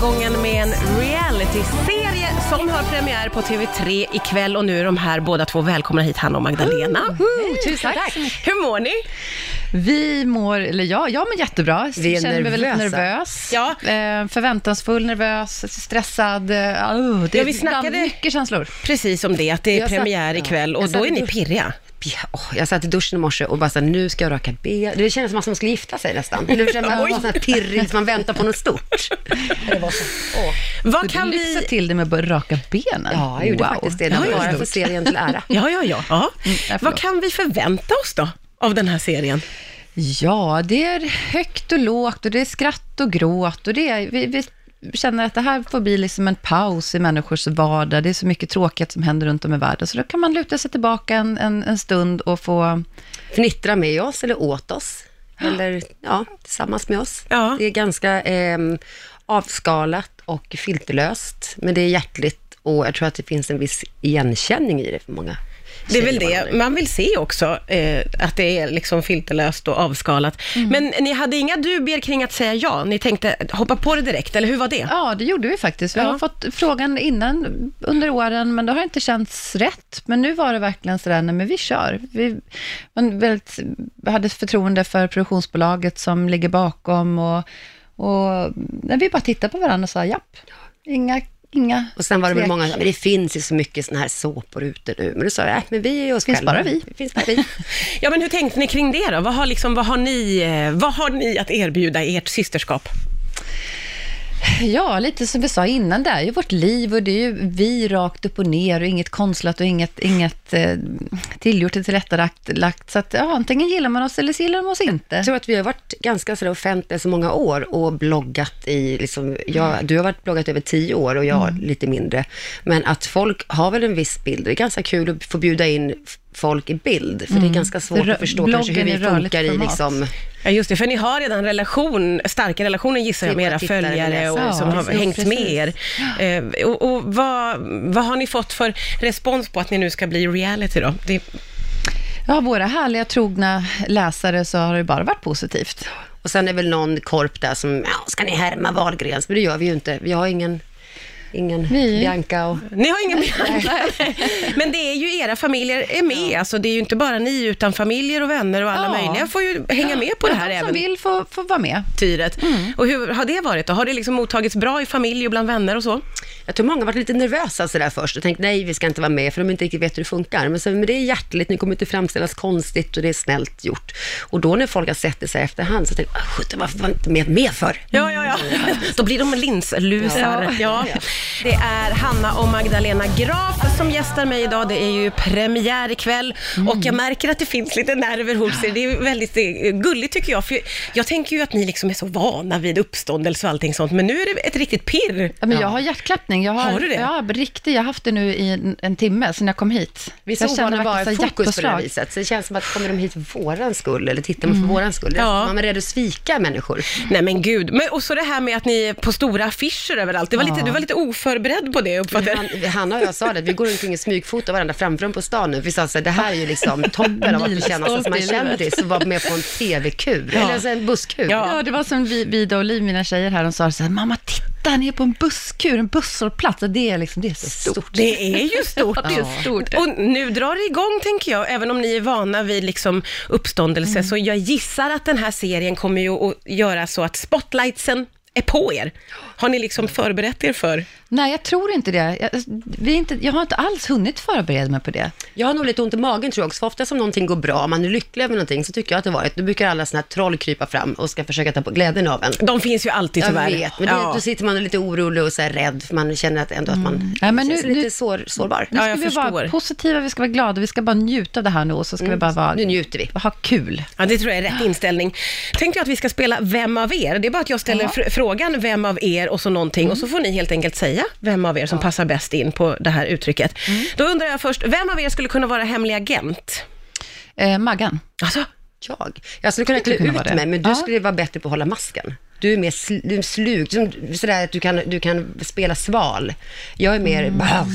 gången med en realityserie som har premiär på TV3 ikväll och nu är de här båda två välkomna hit, Hanna och Magdalena. Mm, Hej, tusen tack. Hur mår ni? Vi mår, eller jag, jag mår jättebra. Vi är jag känner mig väldigt nervösa. nervös. Ja. Eh, förvånansfull, nervös, stressad. eh, Oh, det Ja, vi är ibland snackade- mycket känslor. Precis om det, att det är Jag satt- premiär ja. ikväll och Jag då satt är i ni dusch. pirriga. Ja, åh, jag satt i duschen i morse och bara så här, nu ska jag raka ben. Det kändes som att man skulle gifta sig nästan. Nu känner man att man var sån här pirrig, som man väntar på något stort. Det var så, åh. Vad Kan kan du vi... lyxade till det med att börja raka benen. Ja, jag gjorde Wow. faktiskt det. Det Ja, var det är bara för stort. serien till ära. Ja, ja, ja. ja. ja, Vad förlåt. kan vi förvänta oss då, av den här serien? Ja, det är högt och lågt och det är skratt och gråt och det är, vi, vi känner att det här får bli liksom en paus i människors vardag. Det är så mycket tråkigt som händer runt om i världen, så då kan man luta sig tillbaka en, en, en stund och få Fnittra med oss eller åt oss. Eller ja, tillsammans med oss. Ja. Det är ganska ehm, avskalat och filterlöst. Men det är hjärtligt och jag tror att det finns en viss igenkänning i det för många. Det är väl tjejer och det. andra. Man vill se också eh, att det är liksom filterlöst och avskalat. Men ni hade inga dubier kring att säga ja? Ni tänkte hoppa på det direkt, eller hur var det? Ja, det gjorde vi faktiskt. Vi Ja. har fått frågan innan under åren, men det har inte känts rätt. Men nu var det verkligen sådär, nej men vi kör. Vi man väldigt, hade förtroende för produktionsbolaget som ligger bakom och, och nej, vi bara tittade på varandra och sa japp, inga, inga Och sen var det väl tvek. många som men det finns ju så mycket sådana här såpor ute nu. Men då sa jag, äh, men vi är oss Finns själva. bara vi. Det finns bara vi. Ja, men hur tänkte ni kring det då? Vad har, liksom, vad har, ni, eh, vad har ni att erbjuda i ert systerskap? Ja, lite som vi sa innan, det är ju vårt liv och det är ju vi rakt upp och ner och inget konstlat och inget, inget eh, tillgjort och tillrättalagt. lagt. Så att ja, antingen gillar man oss eller så gillar man oss inte. Jag tror att vi har varit ganska sådär offentliga så många år och bloggat i, liksom, Mm. jag, du har varit bloggat över tio år och jag lite mindre. Men att folk har väl en viss bild. Det är ganska kul att få bjuda in f- folk i bild, för det är ganska svårt Mm. Rö- att förstå kanske hur bloggen vi är rörligt funkar i format. liksom... Ja, just det, för ni har redan relation, starka relationer gissar jag med era Tittare, följare och, läsare. som Ja, har precis, hängt med er. precis. Eh, och och vad, vad har ni fått för respons på att ni nu ska bli reality då? Det, Ja, våra härliga trogna läsare så har det bara varit positivt. Och sen är väl någon korp där som, ja, ska ni härma Wahlgrens? Men det gör vi ju inte. Vi har ingen, ingen Vi- Bianca och... Ni har ingen begäran. Men det är ju era familjer är med, alltså det är ju inte bara ni utan familjer och vänner och alla Ja. möjliga får ju hänga med på det här de som vill får, får vara med. äventyret. Och hur har det varit då? Har det liksom mottagits bra i familj och bland vänner och så? Jag tror många har varit lite nervösa sådär först och tänkt nej, vi ska inte vara med, för de inte riktigt vet hur det funkar. Men, så, men det är hjärtligt, ni kommer inte framställas konstigt och det är snällt gjort. Och då när folk har sett det så här efterhand så tänker jag, "Ah, sjutton varför var inte med, med för? Ja, ja, ja. Då blir de linslusar. Ja. Ja. Det är Hanna och Magdalena Graf som gästar mig idag. Det är ju premiär ikväll och jag märker att det finns lite nerver hos er. Det är väldigt eh, gulligt tycker jag, för jag tänker ju att ni liksom är så vana vid uppståndelse och allting sånt, men nu är det ett riktigt pirr. Ja, men Jag har hjärtklappning. Jag har, Har du det? Ja, riktigt. Jag har haft det nu i en, en timme sedan jag kom hit. Vi är jag så ovana vid att verkligen vara så här fokus på det här hjärtpåslag. viset, så det känns som att kommer de hit för våran skull, eller tittar man för Mm. våran skull? Ja. Man är rädd att svika människor. Nej men gud, men, och så det här med att ni är på stora affischer överallt. Det var lite, du var lite oförberedd på det uppfattar jag. Han, Hanna och jag sa det, att vi går omkring och smygfotar varandra framför dem på stan nu. Vi sa så här, det här är ju liksom toppen av att få känna sig som en Milstolpe i livet. kändis och vara med på en TV-kur, eller så en busskur. Ja. Ja, det var som vi, Vida och Liv, mina tjejer här, de sa så här, mamma titta, ni är på en busskur, en busshållplats. Och Det är liksom, det är så stort. Det är ju stort. Ja, det är stort. Och nu drar det igång tänker jag, även om ni är vana vid liksom uppståndelse, Mm. så jag gissar att den här serien kommer ju att göra så att spotlightsen är på er. Har ni liksom förberett er för? Nej, jag tror inte det. Jag, vi är inte, jag har inte alls hunnit förbereda mig på det. Jag har nog lite ont i magen tror jag också, för ofta som någonting går bra, om man är lycklig över någonting, så tycker jag att det varit, då brukar alla såna här troll krypa fram och ska försöka ta på glädjen av en. De finns ju alltid Jag tyvärr. vet, men det, då sitter man lite orolig och så här rädd, för man känner att ändå att man Mm. Ja, men känns nu- lite nu- sår, sårbar. Nu Ja, ska jag vi förstår. vara positiva, vi ska vara glada, vi ska bara njuta av det här nu och så ska vi bara vara, Nu njuter vi. ha kul. Ja, det tror jag är rätt inställning. Tänkte jag att vi ska spela Vem av er? Det är bara att jag ställer fr- frågan Vem av er och så någonting Mm. och så får ni helt enkelt säga vem av er som passar bäst in på det här uttrycket. Mm. Då undrar jag först, vem av er skulle kunna vara hemlig agent? Eh, maggan. Alltså, Jag? Jag skulle kunna klä kunna vara ut det. mig, men du Ja. skulle vara bättre på att hålla masken. Du är mer sl- du är slug, som- sådär att du kan, du kan spela sval. Jag är mer Mm. bara,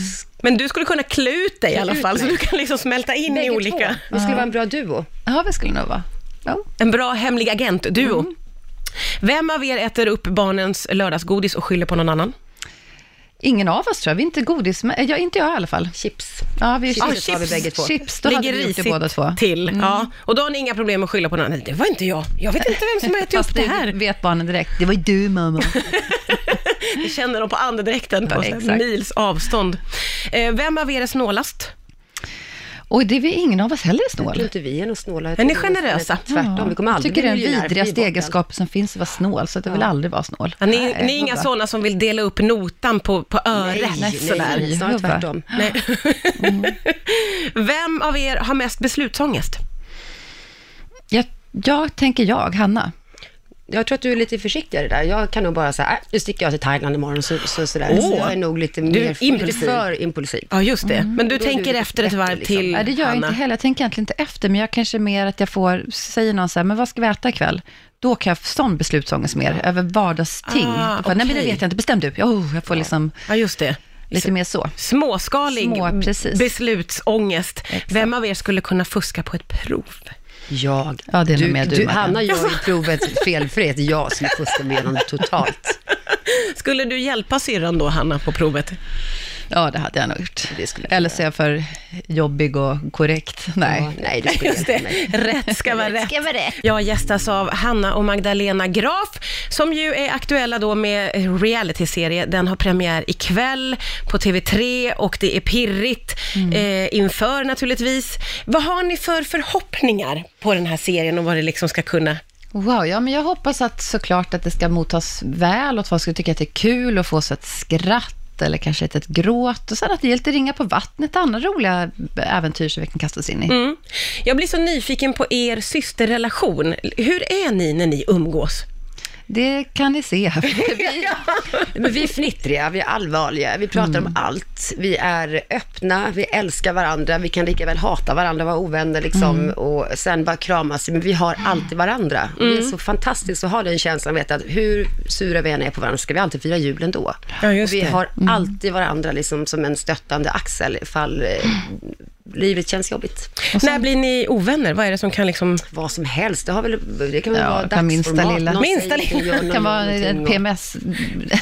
men du skulle kunna klä ut dig i alla ut fall, så mig. du kan liksom smälta in i Bägge olika. två. Vi skulle vara en bra duo. Ja, vad skulle det nog vara? Ja. Mm. En bra hemlig agent-duo. Vem av er äter upp barnens lördagsgodis och skyller på någon annan? Ingen av oss tror jag, vi är inte godis, men, ja, inte jag i alla fall. Chips. Ja, vi Chips Ah, tar vi bägge två. Chips, då hade vi gjort det båda två. till. Ja, Mm. och då har ni inga problem att skylla på någon annan. Det var inte jag. Jag vet inte vem som har ätit upp Fast det här. vet barnen direkt, det var ju du mamma. Det känner de på andedräkten på Ja, så här exakt. mils avstånd. Eh, Vem av er är snålast? Och det är vi- ingen av oss heller är Jag tror snål. inte vi är några snåla. Är ni generösa? typ Tvärtom, vi kommer aldrig Jag tycker det är bli den miljonärer på vidrigaste Gotland. egenskapen som finns att vara snål, så att jag vill aldrig vara snål. Ja, ni, Nej, ni är inga gubbar. sådana som vill dela upp notan på, på öret Nej, Mm. sådär? nej, snarare Gubbar. tvärtom. Nej. Vem av er har mest beslutsångest? Jag, jag tänker jag, Hanna. Jag tror att du är lite försiktigare där. Jag kan nog bara säga, äh, nu sticker jag till Thailand imorgon, så, så, sådär. Åh. Så jag är nog lite mer, impulsiv. lite för impulsiv. Ja, just det. Men du typ. Då är tänker du efter ett bättre, varv liksom. till, Nej, det gör jag Hanna. inte heller. Jag tänker egentligen inte efter, men jag kanske mer att jag får, säger någon så här, men vad ska vi äta ikväll? Då kan jag få sån beslutsångest mer, över vardagsting. Ah, Då får jag, Nej, men det okej. vet jag inte. Bestäm du. Oh, jag får liksom Ja, just det. lite mer så. Småskalig Små, precis. beslutsångest. Vem av er skulle kunna fuska på ett prov? Jag. Ja, det är nog mer du, Madde. Hanna gör ju provet felfritt. Jag skulle fuska mig igenom det totalt. Skulle du hjälpa syrran då, Hanna, på provet? Ja, det hade jag nog gjort. Eller så är jag för jobbig och korrekt. Nej. Ja, nej, du skulle Just hjälpa mig. det. Rätt ska vara rätt. Jag gästas av Hanna och Magdalena Graf, som ju är aktuella då med realityserie. Den har premiär ikväll på TV3 och det är pirrigt eh, inför naturligtvis. Vad har ni för förhoppningar på den här serien och vad det liksom ska kunna... Wow, ja, men jag hoppas att såklart att det ska mottas väl och att folk ska tycka att det är kul och få så ett skratt eller kanske ett, ett gråt och sen att det är lite ringa på vattnet och andra roliga äventyr som vi kan kasta oss in i. Mm. Jag blir så nyfiken på er systerrelation. Hur är ni när ni umgås? Det kan ni se. Vi, Men vi är fnittriga, vi är allvarliga, vi pratar Mm. om allt. Vi är öppna, vi älskar varandra, vi kan lika väl hata varandra, vara ovänner liksom Mm. och sen bara kramas. Men vi har alltid varandra. Och Mm. Det är så fantastiskt att ha den känslan, vet att hur sura vi än är på varandra, ska vi alltid fira jul ändå. Ja, just och vi det. har Mm. alltid varandra liksom som en stöttande axel ifall eh, livet känns jobbigt. När blir ni ovänner? Vad är det som kan liksom... Vad som helst, det, har väl, det kan väl Ja, vara det kan minsta dagsformat. lilla. Någon Minsta säger lilla. någonting, gör det någon kan vara någonting ett och- PMS,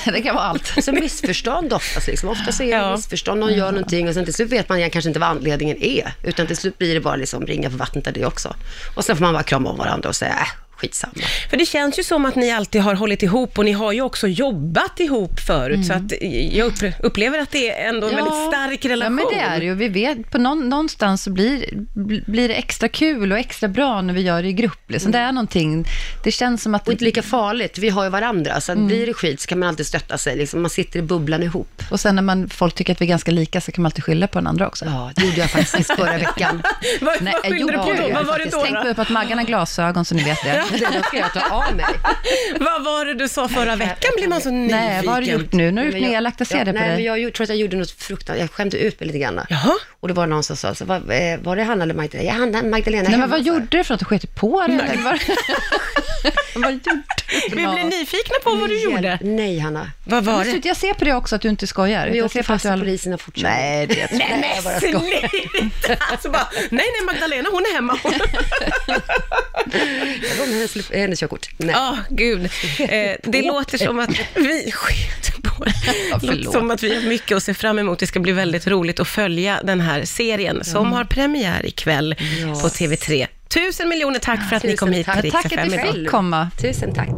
det kan vara allt. Så Alltså, missförstånd oftast. Liksom. Ofta så är det Ja. missförstånd, någon gör någonting och sen till slut vet man kanske inte vad anledningen är. Utan till slut blir det bara liksom ringa på vattnet där det också. Och sen får man bara krama om varandra och säga, äh, skitsamma. För det känns ju som att ni alltid har hållit ihop och ni har ju också jobbat ihop förut, Mm. så att eh, jag upp- upplever att det är ändå en väldigt stark relation. Ja, men det är det ju. Vi vet, på någon, någonstans så blir, bl- blir det extra kul och extra bra när vi gör det i grupp. Liksom. Mm. Det är någonting, det känns som att... Och inte lika farligt, vi har ju varandra. Så att Mm. blir det skit så kan man alltid stötta sig. Liksom. Man sitter i bubblan ihop. Och sen när man, folk tycker att vi är ganska lika så kan man alltid skylla på den andra också. Ja, det gjorde jag faktiskt förra veckan. Vad, vad jag skyllde du på gjorde då? det Vad var det faktiskt. då? Tänk då? på att Maggan har glasögon så ni vet det. Då ska jag ta av mig. Vad var det du sa förra veckan? Blir man så nyfiken. Nej, vad har du gjort nu? Nu har du gjort Men jag- nedlagda ja, CD på Nej, men dig. jag gjorde- tror att jag gjorde något fruktansvärt. Jag skämde ut mig lite grann. Jaha. Och det var någon som sa, så, var, var det Hanna eller Magdalena? Ja, Hanna, Magdalena Nej, hemma, men vad så. gjorde du för att du sket på dig? eller vad- Vad gjorde Vi du? blir nyfikna på vad du gjorde. Nej, Hanna. Vad var det? Slut, Jag ser på dig också att du inte skojar. Vi Jag åkte ser på att fast du för all- polisen och fortsatte. Nej, det tror jag Nej, men snällt! Alltså bara, nej, nej, Magdalena, hon är hemma. Det var om hennes, hennes körkort. Nej. Ja, Ah, gud. Eh, det låter som att vi skiter på det. låter förlåt. som att vi har mycket att se fram emot. Det ska bli väldigt roligt att följa den här serien som har premiär ikväll på TV3. Tusen miljoner tack för att ni kom Tusen hit tack. till Rix Tack att FM du idag. fick komma. Tusen tack.